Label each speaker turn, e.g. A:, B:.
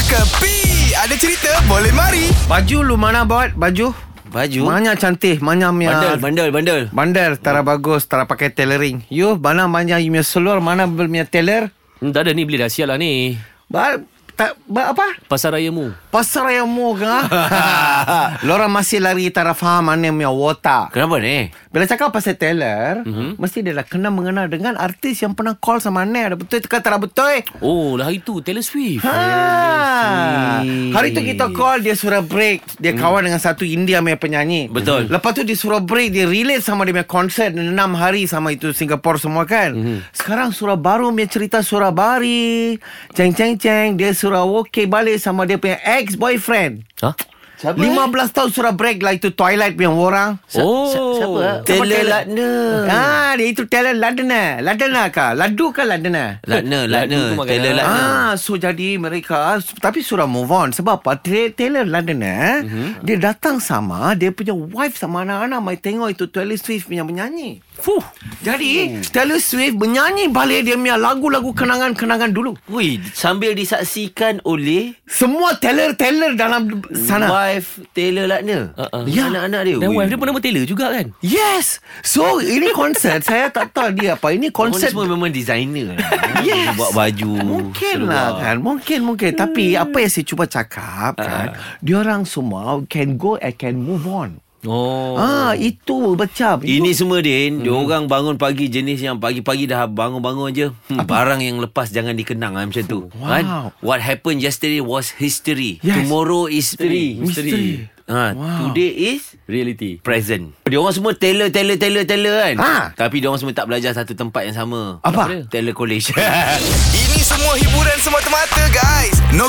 A: Kepi Ada cerita boleh mari
B: Baju lu mana buat baju?
C: Baju
B: Mana cantik, mana
C: Bandel
B: punya
C: Bandel Bandel
B: Bandel tara bagus, tara pakai tailoring. You mana mana you punya seluar, mana you punya tailor?
C: hmm, Tak ada ni beli dah Sial lah ni
B: Ba, tak, ba, apa?
C: Pasar raya mu
B: Pasar yang mu ke? Lora masih lari tara faham mana punya watak.
C: Kenapa ni?
B: Bila cakap pasal Taylor
C: Mhm.
B: mm-hmm. Mesti dia dah kena mengena dengan artis yang pernah call sama Nek Dah betul ke tak dah betul
C: Oh lah hari tu Taylor Swift
B: Ha.
C: Swift.
B: Hari tu kita call Dia suruh break Dia kawan dengan satu India punya penyanyi
C: Hmm. Betul.
B: Lepas tu dia suruh break Dia relate sama dia punya konsert 6 hari sama itu Singapore semua kan
C: Hmm.
B: mm-hmm. Sekarang surah baru punya cerita surah bari Ceng ceng ceng Dia surah okay balik sama dia punya ex-boyfriend
C: Ha?
B: 15 tahun surah break lah itu Twilight punya orang
C: Oh
D: siapa, ah?
C: Taylor
D: Latner
C: Hmm.
B: Ah, dia itu talent eh. Londoner. Londoner kah? Ladu kah Londoner?
C: Latner
D: Latner, Taylor
C: Latner
B: Ah, so jadi mereka tapi surah move on sebab apa? Ta- Taylor
C: Mhm.
B: Londoner mm-hmm. dia datang sama dia punya wife sama anak-anak mai tengok itu Taylor Swift punya menyanyi.
C: Fuh
B: Jadi
D: Hmm.
B: Taylor Swift menyanyi balik dia punya lagu-lagu kenangan-kenangan dulu.
D: Wih, sambil disaksikan oleh
B: Semua Taylor-Taylor dalam sana.
D: wife Taylor Latner.
C: Uh-uh.
D: Ya, anak-anak dia.
C: Dan
D: Wih.
C: wife dia pun nama Taylor juga kan
B: Yes. So ini konsert saya tak tahu dia apa. Ini
D: Orang ni
B: konsert
D: Oh, semua memang designer.
B: Yes.
D: Dia Buat baju.
B: Mungkin
D: Hmm, seluar.
B: lah kan Mungkin mungkin hmm. Tapi apa yang saya cuba cakap kan Diorang semua Can go and can move on
C: Oh
B: Ah Itu Mhm. macam
D: Ini semua Din hmm. Diorang bangun pagi Jenis yang pagi-pagi dah bangun-bangun je hmm, Barang yang lepas Jangan dikenang lah, Macam tu
B: Wow.
D: kan? What happened yesterday Was history
B: Yes.
D: Tomorrow is history,
B: Mystery.
D: Ha,
B: Wow.
D: Today is
C: Reality
D: present Diorang semua Taylor Taylor Taylor Taylor kan
B: Ha.
D: Tapi diorang semua tak belajar Satu tempat yang sama
B: Apa?
D: Taylor College
A: Ini semua hiburan semata-mata guys No